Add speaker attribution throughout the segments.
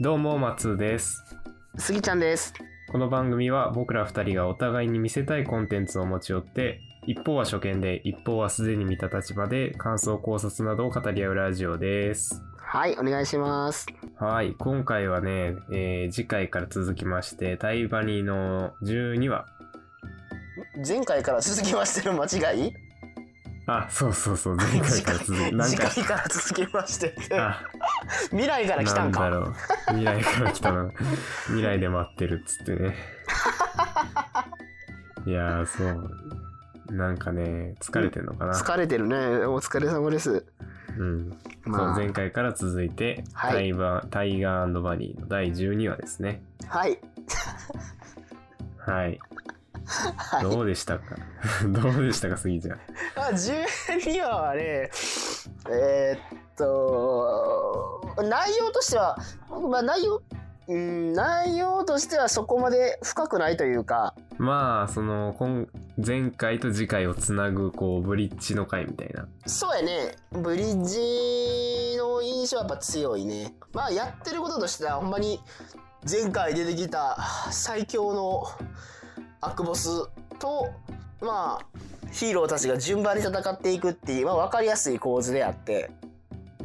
Speaker 1: どうも松です
Speaker 2: すぎちゃんです。
Speaker 1: この番組は僕ら2人がお互いに見せたいコンテンツを持ち寄って一方は初見で一方はすでに見た立場で感想考察などを語り合うラジオです
Speaker 2: はい、お願いします。
Speaker 1: はい今回はね、えー次回から続きましてタイバニーの12話
Speaker 2: 前回から続きましての間違い
Speaker 1: あそうそうそう前回から続きなん
Speaker 2: 次
Speaker 1: か
Speaker 2: 回から続きましてって
Speaker 1: あ
Speaker 2: 未来から来たん
Speaker 1: な
Speaker 2: か
Speaker 1: んだろう未来から来たな未来で待ってるっつって ねいやーそうなんかね疲れてんのかな、
Speaker 2: 疲れてるね。お疲れ様です。
Speaker 1: うん
Speaker 2: まあ
Speaker 1: そう前回から続いて、
Speaker 2: はい
Speaker 1: タイバタイガーバニーの第12話ですね
Speaker 2: はい。
Speaker 1: はい
Speaker 2: はい。
Speaker 1: どうでしたか どうでしたか杉ちゃん
Speaker 2: あ、12話はね、えーっと、内容としては、まあ内容、うん、内容としてはそこまで深くないというか、
Speaker 1: まあその今前回と次回をつなぐこうブリッジの回みたいな
Speaker 2: そうやね。ブリッジの印象はやっぱ強いね。まあやってることとしてはほんまに前回出てきた最強のアクボスと、まあヒーローたちが順番に戦っていくっていう、まあ分かりやすい構図であって。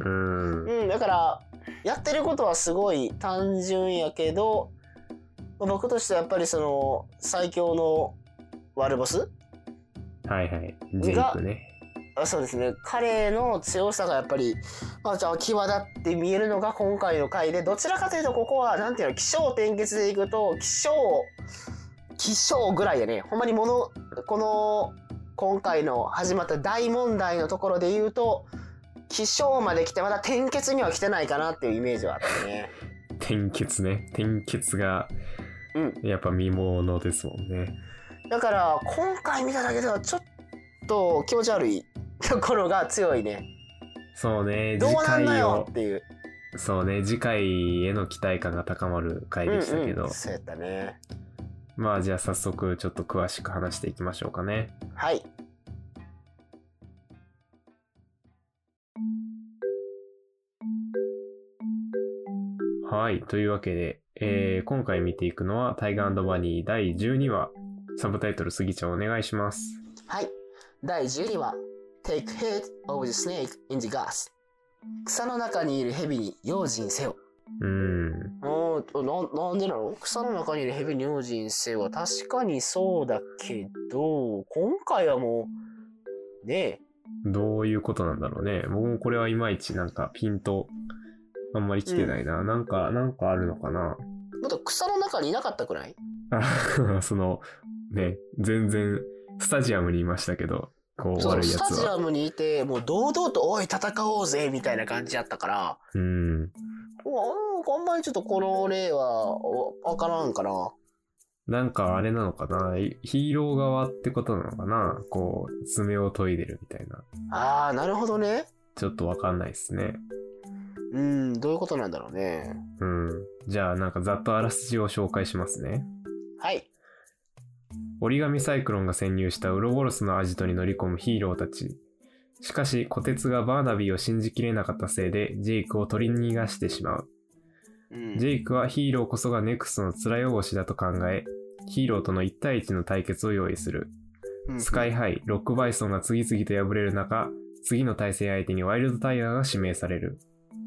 Speaker 1: うーん
Speaker 2: うん、だからやってることはすごい単純やけど、まあ僕としてはやっぱりその最強の悪ボス
Speaker 1: はいはいジェイクね
Speaker 2: あそうですね彼の強さがやっぱり、まあ、じゃあ際立って見えるのが今回の回でどちらかというとここはなんていうの気象転結でいくと気象気象ぐらいやねほんまにものこの今回の始まった大問題のところで言うと気象まで来てまだ転結には来てないかなっていうイメージはあってね。
Speaker 1: 転結ね転結が
Speaker 2: うん
Speaker 1: やっぱ見ものですもんね
Speaker 2: だから今回見ただけではちょっと気持ち悪いところが強いね。
Speaker 1: そうね
Speaker 2: どう
Speaker 1: 次
Speaker 2: なんだ
Speaker 1: 回
Speaker 2: よ
Speaker 1: を
Speaker 2: っていう。
Speaker 1: そうね次回への期待感が高まる回でしたけど、
Speaker 2: うんうん、そうやったね。
Speaker 1: まあじゃあ早速ちょっと詳しく話していきましょうかね
Speaker 2: はい。
Speaker 1: はいというわけで、えー今回見ていくのは「タイガーバニー」第12話サブタイトル「スギちゃんお願いします
Speaker 2: はい。第12話。Take head of the snake in the grass. 草の中にいる蛇に用心せよ。」
Speaker 1: うーん
Speaker 2: おーな、なんでなの草の中にいる蛇に用心せよ。確かにそうだけど、今回はもう、ね
Speaker 1: どういうことなんだろうね僕もこれはいまいちなんかピンとあんまり来てないな、なんかなんかあるのかな
Speaker 2: え、もっと草の中にいなかったくない
Speaker 1: あ そのね全然スタジアムにいましたけどこう
Speaker 2: そう
Speaker 1: 悪い
Speaker 2: ス
Speaker 1: や
Speaker 2: タ
Speaker 1: つ
Speaker 2: ジ
Speaker 1: は
Speaker 2: アムにいて、もう堂々と、おい、戦おうぜ、みたいな感じだったから、
Speaker 1: うん
Speaker 2: うん、あんまりちょっとこの例は、おわからんかな。
Speaker 1: なんかあれなのかなヒーロー側ってことなのかなこう爪を研いでるみたいな
Speaker 2: ああ、なるほどね。
Speaker 1: ちょっとわかんないですね
Speaker 2: うん、どういうことなんだろうね。
Speaker 1: うんじゃあなんかざっとあらすじを紹介しますね
Speaker 2: はい。
Speaker 1: 折り紙サイクロンが潜入したウロボロスのアジトに乗り込むヒーローたちしかし虎鉄がバーナビーを信じきれなかったせいでジェイクを取り逃がしてしまう
Speaker 2: うん
Speaker 1: ジェイクはヒーローこそがネクストの面汚しだと考え、ヒーローとの1対1の対決を用意する。
Speaker 2: うん
Speaker 1: スカイハイ、ロックバイソンが次々と敗れる中、次の対戦相手にワイルドタイガーが指名される。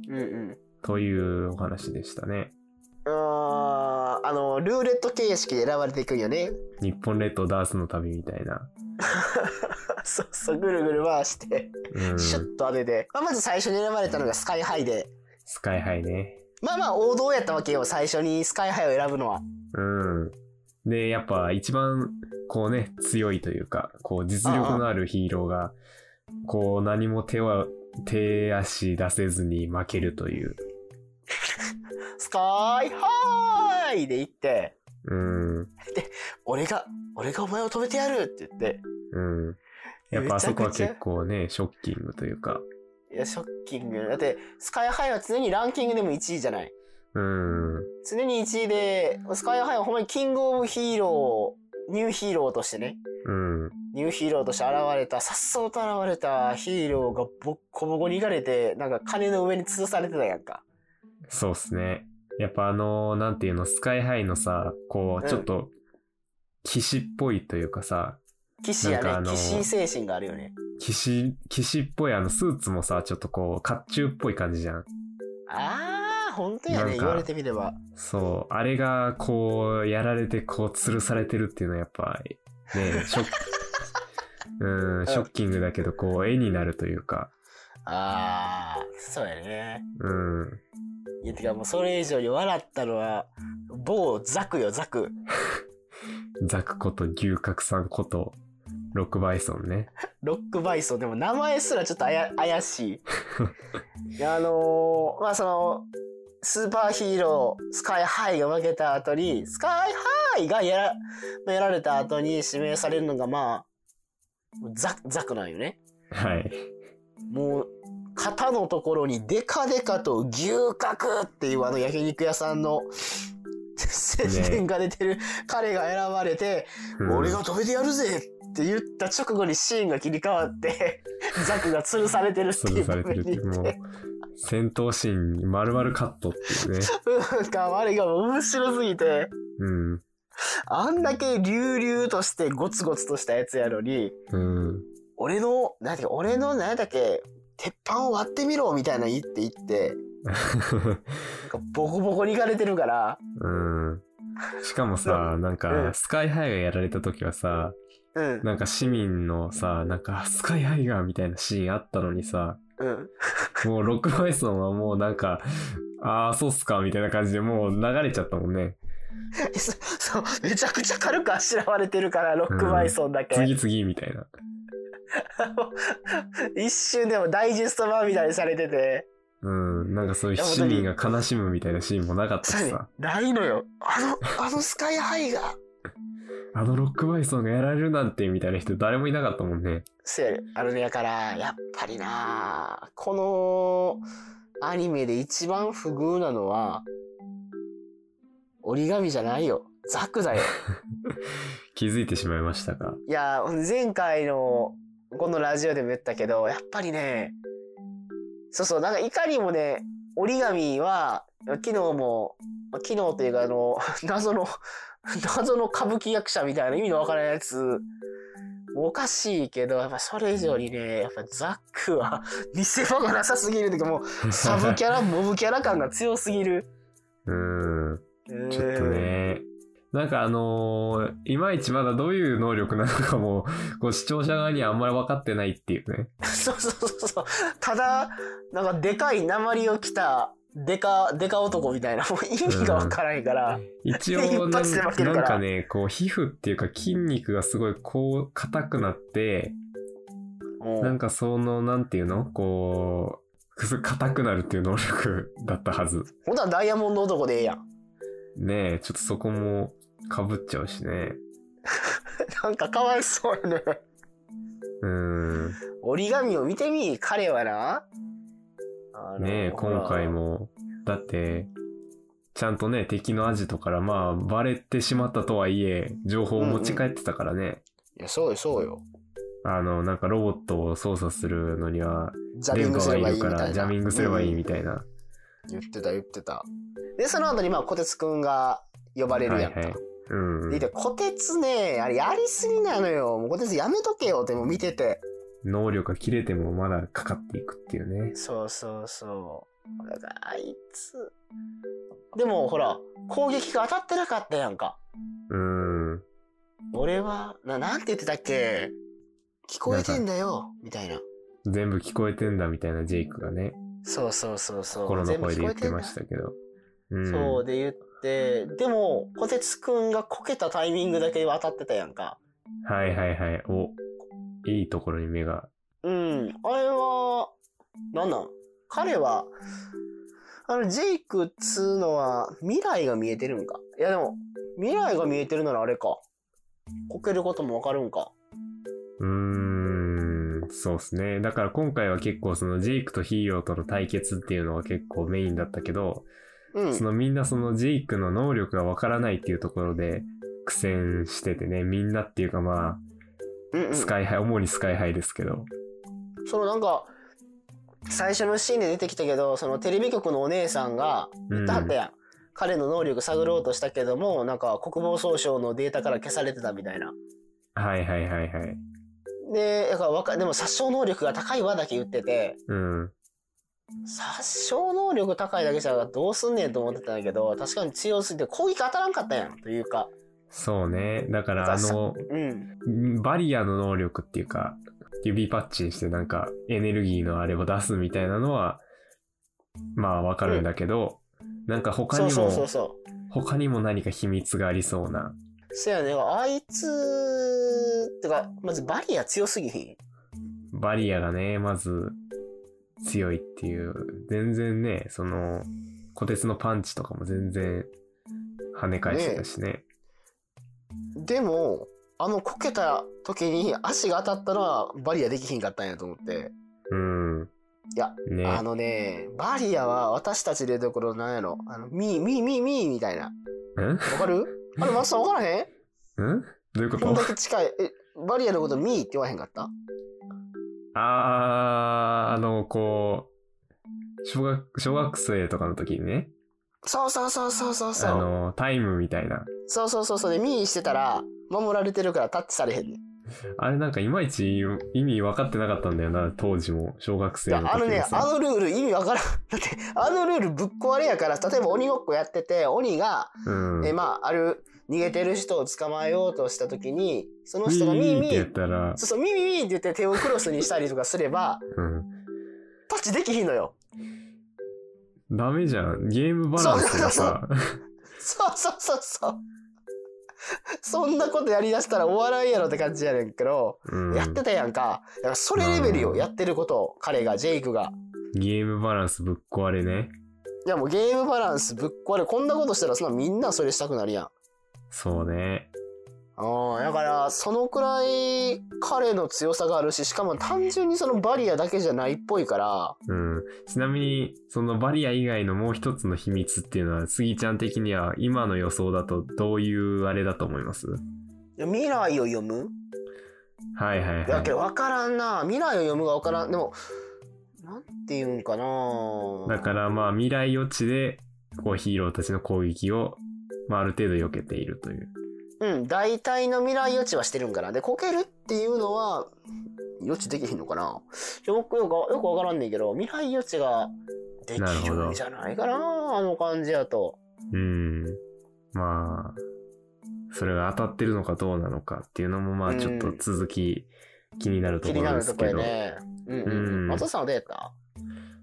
Speaker 2: うんうん。
Speaker 1: というお話でしたね。
Speaker 2: あーあの、ルーレット形式で選ばれていくんよね。
Speaker 1: 日本列島ダースの旅みたいな。
Speaker 2: そうそう、ぐるぐる回して、
Speaker 1: うん。
Speaker 2: シュ
Speaker 1: ス
Speaker 2: ッと当てて。まあ、まず最初に選ばれたのがスカイハイで。
Speaker 1: カイハイね。
Speaker 2: まあまあ、王道やったわけよ。最初にスカイハイを選ぶのは。
Speaker 1: うん。で、やっぱ一番こうね、強いというか、こう実力のあるヒーローが、こう何も手は、手足出せずに負けるという。
Speaker 2: スカイハイで行って、
Speaker 1: うん。
Speaker 2: 俺が、俺がお前を止めてやるって言って。
Speaker 1: うん。やっぱあそこは
Speaker 2: めちゃ
Speaker 1: 結
Speaker 2: くち
Speaker 1: 構ね、ショッキングというか、
Speaker 2: ゃいや、ショッキング。だって、スカイハイは常にランキングでも1位じゃない。
Speaker 1: うん、
Speaker 2: 常に1位で、スカイハイはほんまにキングオブヒーロー、ニューヒーローとしてね。
Speaker 1: うん、
Speaker 2: ニューヒーローとして現れた、さっそうと現れたヒーローがボッコボコにいかれて、なんか金の上に吊るされてたやんか。
Speaker 1: そうっすね。やっぱあのーなんていうの、スカイハイのさ、こ
Speaker 2: うん
Speaker 1: う、ちょっと、騎士っぽいというかさ、
Speaker 2: 騎士や
Speaker 1: なんかあ
Speaker 2: ね。
Speaker 1: の
Speaker 2: 騎士精神があるよね。
Speaker 1: 騎士、騎士っぽいあのスーツもさ、ちょっとこう、甲冑っぽい感じじゃん。
Speaker 2: あー、本当や
Speaker 1: なん
Speaker 2: ね。
Speaker 1: か
Speaker 2: 言われてみれば。
Speaker 1: そう、あれがこう、やられてこう、吊るされてるっていうのはやっぱ、ね、ショッう ん、ショッキングだけど、こう、絵になるというか、
Speaker 2: あー、そうやね。
Speaker 1: うん。
Speaker 2: いや、てかもうそれ以上に笑ったのは、某ザクよ、ザク。
Speaker 1: ザクこと牛角さんこと、ロックバイソンね。
Speaker 2: ロックバイソン。でも名前すらちょっとあや怪しい。いやあのーまあその、スーパーヒーロー、スカイハイが負けた後に、スカイハイがやらやられた後に指名されるのが、まあ、ザザクなんよね。
Speaker 1: はい。
Speaker 2: もう、肩のところにデカデカと牛角っていうあの焼肉屋さんの 宣伝が出てる彼が選ばれて、
Speaker 1: うん
Speaker 2: 俺が止めてやるぜって言った直後にシーンが切り替わって、 ザクが吊るされてるって
Speaker 1: 吊
Speaker 2: い
Speaker 1: る
Speaker 2: う
Speaker 1: されてるっていう、
Speaker 2: 場面に行
Speaker 1: もう
Speaker 2: って、
Speaker 1: 戦闘シーン、丸々カットっていうね。
Speaker 2: なんかあれが面白すぎて、
Speaker 1: うん。
Speaker 2: あんだけ隆々としてゴツゴツとしたやつやのに、
Speaker 1: うん。
Speaker 2: 俺の、なんていうか俺の何だっけ、鉄板を割ってみろみたいな言って言って、なんかボコボコにいかれてるから、
Speaker 1: うん。しかもさ、なん
Speaker 2: う
Speaker 1: か、
Speaker 2: ん
Speaker 1: スカイハイがやられた時はさ、
Speaker 2: うん、
Speaker 1: なんか市民のさ、なんか、スカイハイがみたいなシーンあったのにさ、
Speaker 2: うん。
Speaker 1: もうロックバイソンはもうなんか、ああ、そうっすかみたいな感じでもう流れちゃったもんね。
Speaker 2: そそう、めちゃくちゃ軽くあしらわれてるから、ロックバイソンだけ。
Speaker 1: 次々みたいな。
Speaker 2: 一瞬でもダイジェスト版みたいにされてて。
Speaker 1: うん。なんかそういう
Speaker 2: いや本
Speaker 1: 市
Speaker 2: 当に
Speaker 1: 民が悲しむみたいなシーンもなかったしさ。
Speaker 2: ないのよ。あの、あのスカイハイが。
Speaker 1: あのロックバイソンがやられるなんてみたいな人誰もいなかったもんね。
Speaker 2: そうやねあのね、だから、やっぱりなこのアニメで一番不遇なのは、折り紙じゃないよ。ザクだよ。
Speaker 1: 気づいてしまいましたか。
Speaker 2: いや、前回の、このラジオでも言ったけど、やっぱりね、そうそう、なんかいかにもね、折り紙は、昨日も、昨日というか、あの、 謎の、謎の歌舞伎役者みたいな意味のわからないやつ、おかしいけど、やっぱそれ以上にね、やっぱザックは見せ場がなさすぎるというか、もう、サブキャラ、 モブキャラ感が強すぎる。
Speaker 1: うん。
Speaker 2: ちょっ
Speaker 1: ちょっと。ね。なんかあのーいまいちまだどういう能力なのかも、こう視聴者側にはあんまり分かってないっていうね。
Speaker 2: そうそうそうそう。ただ、なんかでかい鉛を着た、でか、でか男みたいな、もう意味がわからんから。
Speaker 1: 一
Speaker 2: 一
Speaker 1: 応なん
Speaker 2: 発で負けるから
Speaker 1: なんかね、こう皮膚っていうか筋肉がすごいこう硬くなって、
Speaker 2: もう
Speaker 1: なんかその、なんていうのこう、くす硬くなるっていう能力だったはず。
Speaker 2: ほんとはダイヤモンド男でええやん。
Speaker 1: ねえ、ちょっとそこも被っちゃうしね。
Speaker 2: なんかかわいそうやね。
Speaker 1: うん。
Speaker 2: 折り紙を見てみ、彼はな。あの
Speaker 1: ねえ、
Speaker 2: ほら
Speaker 1: 今回も。だって、ちゃんとね、敵のアジトから、まあ、バレてしまったとはいえ、情報を持ち帰ってたからね。
Speaker 2: いや、そうよ、そうよ。
Speaker 1: あの、なんかロボットを操作するのには、
Speaker 2: ジャミングすればいいみ
Speaker 1: レンカ
Speaker 2: たい
Speaker 1: が
Speaker 2: な。
Speaker 1: ジャミングすればいいみ
Speaker 2: たい
Speaker 1: たいな。
Speaker 2: 言ってた、言ってた。で、その後に、まあ、小鉄くんが呼ばれるやんか。
Speaker 1: はいはいうん。
Speaker 2: で、小鉄ね、あれ、やりすぎなのよ。もう小鉄やめとけよって、もう見てて。
Speaker 1: 能力が切れてもまだかかっていくっていうね。
Speaker 2: そうそうそう。だからあいつ。でもほら、攻撃が当たってなかったやんか。
Speaker 1: うん。
Speaker 2: 俺は、な、なんて言ってたっけ聞こえてんだよ、みたいな。
Speaker 1: 全部聞こえてんだみたいなジェイクがね、
Speaker 2: そうそうそうそう。
Speaker 1: 心の声で言ってまし
Speaker 2: 全
Speaker 1: たけど。
Speaker 2: 部聞こえてん
Speaker 1: ん
Speaker 2: だそうで言って、でも、小鉄くんがこけたタイミングだけは当たってたやんか。
Speaker 1: はいはいはい。お、いいところに目が。
Speaker 2: うん、あれは、なんなん彼は、あの、ジェイクっつうのは、未来が見えてるんか。いやでも、未来が見えてるならあれか。こけることもわかるんか。
Speaker 1: うーん、そうですね。だから今回は結構そのジェイクとヒーローとの対決っていうのが結構メインだったけど、
Speaker 2: うん。
Speaker 1: そのみんなそのジェイクの能力がわからないっていうところで苦戦しててね、みんなっていうかま
Speaker 2: うんう
Speaker 1: あ、
Speaker 2: ん
Speaker 1: スカイハイ、主にスカイハイですけど。
Speaker 2: そのなんか、最初のシーンで出てきたけど、そのテレビ局のお姉さんが、
Speaker 1: うん
Speaker 2: 言ってはったやん。彼の能力探ろうとしたけども、なんか国防総省のデータから消されてたみたいな。
Speaker 1: はいはいはいはい。
Speaker 2: で、だからわかでも殺傷能力が高いわだけ言ってて、
Speaker 1: うん。
Speaker 2: 殺傷能力高いだけじゃどうすんねんと思ってたんだけど、確かに強すぎて攻撃当たらんかったやん、というか。
Speaker 1: そうね。だから
Speaker 2: な
Speaker 1: あ
Speaker 2: んかさ
Speaker 1: の、
Speaker 2: うん。
Speaker 1: バリアの能力っていうか、指パッチンしてなんかエネルギーのあれを出すみたいなのは、まあわかるんだけど、なんか他
Speaker 2: そう
Speaker 1: に
Speaker 2: そうそ
Speaker 1: も
Speaker 2: う、そう。
Speaker 1: 他にも何か秘密がありそうな。
Speaker 2: そやね、あいつ、てか、まずバリア強すぎひん。
Speaker 1: バリアがね、まず強いっていう、全然ね、その、虎鉄のパンチとかも全然跳ね返してたしね。
Speaker 2: でも、あのこけた時に足が当たったのはバリアできひんかったんやと思って。
Speaker 1: うん。
Speaker 2: いや、
Speaker 1: ね。
Speaker 2: あのね、バリアは私たちでいうところなんやろ。あの、ミー、ミー、ミー、ミーみたいな。
Speaker 1: ん
Speaker 2: わか るあれ、マスさんわからへん
Speaker 1: んどういうこ
Speaker 2: こん
Speaker 1: と
Speaker 2: だけ近い。え、バリアのことミーって言わへんかった
Speaker 1: あー、あの、こう、小学、小学生とかの時にね、
Speaker 2: そうそうそうそうそうそ
Speaker 1: あ
Speaker 2: う。
Speaker 1: の、タイムみたいな。
Speaker 2: そうそうそうそう。で、ミーしてたら、守られてるからタッチされへんねん。
Speaker 1: あれなんかいまいち意味分かってなかったんだよな、当時も。小学
Speaker 2: い
Speaker 1: 生
Speaker 2: や
Speaker 1: の時
Speaker 2: あの
Speaker 1: も
Speaker 2: ね
Speaker 1: さ。
Speaker 2: あのルール意味わからん だってあのルールぶっ壊れやから例えば鬼ごっこやってて鬼が、
Speaker 1: うん。
Speaker 2: えまあある逃げてる人を捕まえようとした時にその
Speaker 1: ミ
Speaker 2: 人が
Speaker 1: ー
Speaker 2: ミ
Speaker 1: ミー
Speaker 2: ーミ
Speaker 1: ってやっ
Speaker 2: ー
Speaker 1: たら、
Speaker 2: そうそうミーミーミーって言って手をクロスにしたりとかすれば
Speaker 1: うん。
Speaker 2: タッチできひんのよ
Speaker 1: ダメじゃん。ゲームバランスがさ、
Speaker 2: そうそうそうそう そんなことやりだしたらお笑いやろって感じやねんけど、
Speaker 1: うん
Speaker 2: やってたやんかだからそれレベル
Speaker 1: う
Speaker 2: よ
Speaker 1: ん
Speaker 2: やってることを彼がジェイクが
Speaker 1: ゲームバランスぶっ壊れね。
Speaker 2: いやもうゲームバランスぶっ壊れこんなことしたらそんなみんなそれしたくなるやん
Speaker 1: そうね。
Speaker 2: ああ、だから、そのくらい彼の強さがあるし、しかも単純にそのバリアだけじゃないっぽいから、
Speaker 1: うん。ちなみに、そのバリア以外のもう一つの秘密っていうのは、スギちゃん的には今の予想だとどういうあれだと思います
Speaker 2: いや未来を読む
Speaker 1: はいはいはい。
Speaker 2: だけど分からんな。未来を読むが分からん。でも、なんて言うんかな。
Speaker 1: だからまあ未来予知でこうヒーローたちの攻撃を、まあ、ある程度避けているという。
Speaker 2: うん、大体の未来予知はしてるんかな。で、こけるっていうのは、予知できひんのかな。よくよくよく分からんねんけど、未来予知ができ
Speaker 1: なるほ
Speaker 2: る
Speaker 1: ど
Speaker 2: んじゃないかな、あの感じやと。
Speaker 1: うん。まあ、それが当たってるのかどうなのかっていうのもまあちょっと続き気になると
Speaker 2: 気
Speaker 1: こ
Speaker 2: にな
Speaker 1: ろで
Speaker 2: ると
Speaker 1: す
Speaker 2: こ
Speaker 1: け
Speaker 2: や
Speaker 1: ど。
Speaker 2: ね。うんうん。
Speaker 1: うん
Speaker 2: 松尾さんはどうやった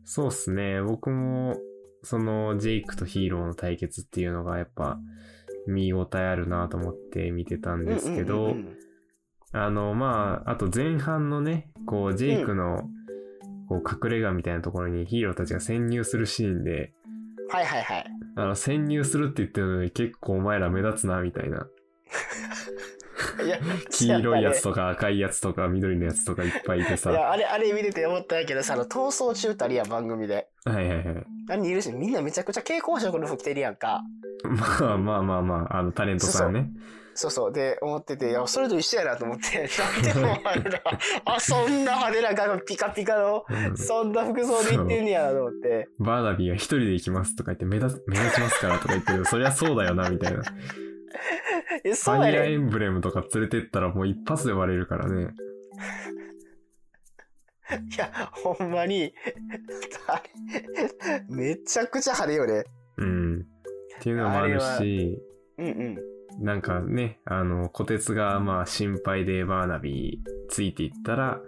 Speaker 1: そうっすね。僕もそのジェイクとヒーローの対決っていうのがやっぱ見応えあるなと思って見てたんですけど、
Speaker 2: うんうんうんうん
Speaker 1: あの、まあ、あと前半のね、こう、ジェイクの、こう、隠れ家みたいなところにヒーローたちが潜入するシーンで、
Speaker 2: はいはいはい。
Speaker 1: あの、潜入するって言ってるのに結構お前ら目立つな、みたいな。
Speaker 2: いや、
Speaker 1: 黄色いやつ
Speaker 2: と
Speaker 1: とか赤いやつとか緑のやつとかいっぱいいてさ。
Speaker 2: い
Speaker 1: は
Speaker 2: や、あれ、あれ見れて思ったんやけどさ、あの、逃走中ってあるやん、番組で。
Speaker 1: いはいはい。
Speaker 2: 何人いるし、みんなめちゃくちゃ蛍光色の服着てるやんか。
Speaker 1: まあまあまあまあ、あの、タレントさんね。
Speaker 2: そうそう。で、思ってて、いや、それと一緒やなと思って、なんでもあれだ。あ、そんな派手な顔、ピカピカの、そんな服装で行ってんねやなと思って。
Speaker 1: うんバーナビーが一人で行きますとか言って目立つ、目立ちますからとか言ってる、そりゃそうだよな、みたいな。フ
Speaker 2: え、 そう
Speaker 1: ァイア
Speaker 2: や
Speaker 1: ーエ
Speaker 2: ね。
Speaker 1: ンブレムとか連れてったらもう一発で割れるからね。
Speaker 2: いや、ほんまに、 あれ、めちゃくちゃ派手よね。
Speaker 1: うん。っていうのもある
Speaker 2: あ
Speaker 1: し、
Speaker 2: うんうん。
Speaker 1: なんかね、あの、虎鉄がまあ心配でバーナビーついていったら、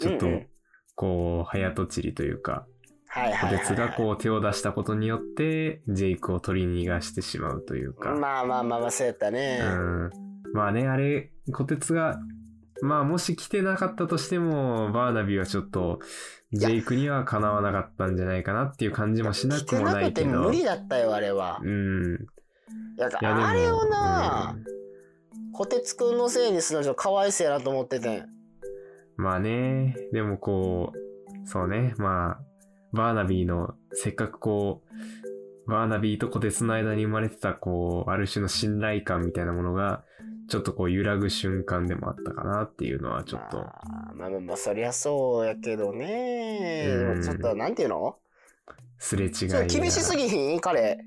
Speaker 1: ちょっと
Speaker 2: うんうん、
Speaker 1: こう、早とちりというか、
Speaker 2: はいはい、
Speaker 1: 虎
Speaker 2: はい。
Speaker 1: 鉄がこう手を出したことによって、ジェイクを取り逃がしてしまうというか。
Speaker 2: まあまあまあまあ、そうやったね。
Speaker 1: うん。まあね、あれ、虎鉄が、まあもし来てなかったとしても、バーナビーはちょっと、ジェイクにはかなわなかったんじゃないかなっていう感じもしな
Speaker 2: 来
Speaker 1: く
Speaker 2: て
Speaker 1: も
Speaker 2: な
Speaker 1: な
Speaker 2: く
Speaker 1: いけ
Speaker 2: て
Speaker 1: ど。
Speaker 2: 無理だったよ、あれは。
Speaker 1: うん。
Speaker 2: いやだ
Speaker 1: いやでも
Speaker 2: あれをな、
Speaker 1: うん
Speaker 2: こてつくんのせいにするのちょっとかわいそうやなと思っててん。
Speaker 1: まあね、でもこう、そうね、まあ、バーナビーの、せっかくこう、バーナビーと小鉄の間に生まれてた、こう、ある種の信頼感みたいなものが、ちょっとこう揺らぐ瞬間でもあったかなっていうのはちょっと、
Speaker 2: まあまあまあまあ、そりゃそうやけどね。
Speaker 1: うん
Speaker 2: でもちょっと、なんていうの
Speaker 1: すれ違い
Speaker 2: ちょっと厳しす
Speaker 1: ぎ
Speaker 2: ぎひん彼。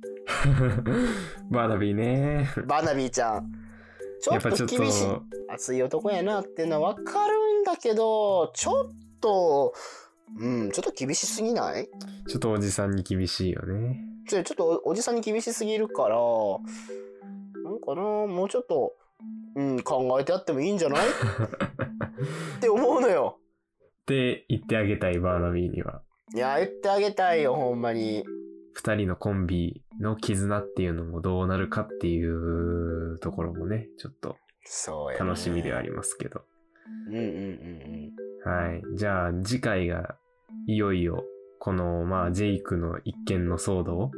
Speaker 1: バーナビーね。
Speaker 2: バーナビーちゃん。ちょ
Speaker 1: や
Speaker 2: っ
Speaker 1: っぱち
Speaker 2: と
Speaker 1: ょっ
Speaker 2: 厳しい。
Speaker 1: と、
Speaker 2: 熱い男やなっていうのは分かるんだけど、ちょっと、うん、ちょっと厳しすぎない
Speaker 1: ちょっとおじさんに厳しいよね。
Speaker 2: ちょちょっとおおじさんに厳しすぎるから、なんかな、もうちょっと、うん、考えてやってもいいんじ ゃないって思うのよ。
Speaker 1: って言ってあげたい、バーナビーには。
Speaker 2: いや、言ってあげたいよ、ほんまに。
Speaker 1: 二人のコンビの絆っていうのもどうなるかっていうところもね、ちょっと
Speaker 2: そうや、
Speaker 1: 楽しみではありますけど。
Speaker 2: うんうんうん
Speaker 1: はい。じゃあ次回がいよいよこのまあジェイクの一件の騒動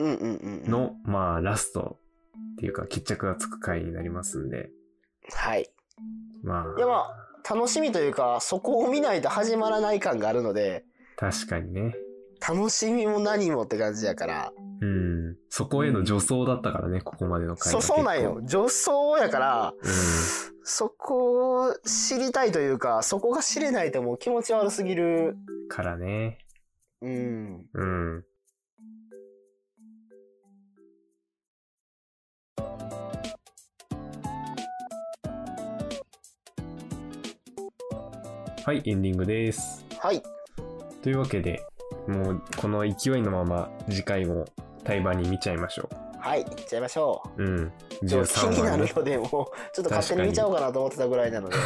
Speaker 2: うん。うんうんうんうん。
Speaker 1: のまあラストっていうか決着がつく回になりますんで。
Speaker 2: はい。
Speaker 1: ま
Speaker 2: いやま
Speaker 1: あ、
Speaker 2: あ、楽しみというか、そこを見ないと始まらない感があるので、
Speaker 1: 確かにね。
Speaker 2: 楽しみも何もって感じやから。
Speaker 1: うん。そこへの助走だったからね、ここまでの回
Speaker 2: そ
Speaker 1: が
Speaker 2: う、そうなんよ。女装やから、
Speaker 1: 結
Speaker 2: そこを知りたいというか、そこが知れないともう気持ち悪すぎる。
Speaker 1: 構。うん。からね。
Speaker 2: うん。
Speaker 1: うん。はい、エンディングです。
Speaker 2: はい。
Speaker 1: というわけで、もうこの勢いのまま次回も対話に見ちゃいましょ
Speaker 2: はい。行っちゃいましょ
Speaker 1: う。うん。
Speaker 2: う。ちょっと気
Speaker 1: 13
Speaker 2: に
Speaker 1: 話
Speaker 2: なる
Speaker 1: ね。
Speaker 2: よ、でも。ちょっと勝手に見ちゃおうかなと思ってたぐらいなので。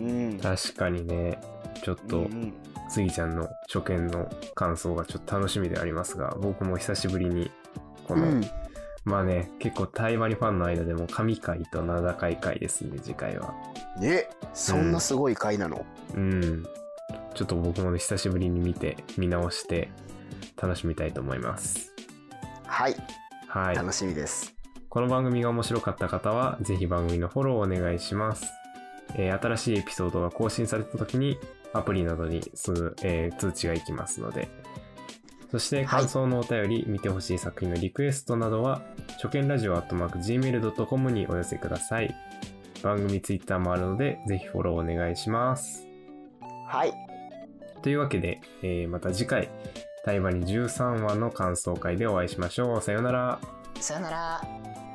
Speaker 2: うん。
Speaker 1: 確かにね、ちょっ
Speaker 2: うん
Speaker 1: と
Speaker 2: う、ん
Speaker 1: スギちゃんの初見の感想がちょっと楽しみでありますが、僕も久しぶりに、この、
Speaker 2: うん。
Speaker 1: まあね、結構タイバニファンの間でも神回と名高い回ですね、次回は。
Speaker 2: え、そんなすごい回なの
Speaker 1: うん。ちょっと僕もね、久しぶりに見て、見直して、楽しみたいと思います。
Speaker 2: はい。
Speaker 1: はい。
Speaker 2: 楽しみです。
Speaker 1: この番組が面白かった方は、ぜひ番組のフォローをお願いします。えー新しいエピソードが更新された時に、アプリなどにすぐ、えー通知がいきますので。そして、
Speaker 2: はい
Speaker 1: 感想のお便り、見てほしい作品のリクエストなどは、初見ラジオアットマーク Gmail.com にお寄せください。番組ツイッターもあるので、ぜひフォローお願いします。
Speaker 2: はい。
Speaker 1: というわけで、えーまた次回、対話に13話の感想会でお会いしましょう。さようなら。
Speaker 2: さよなら。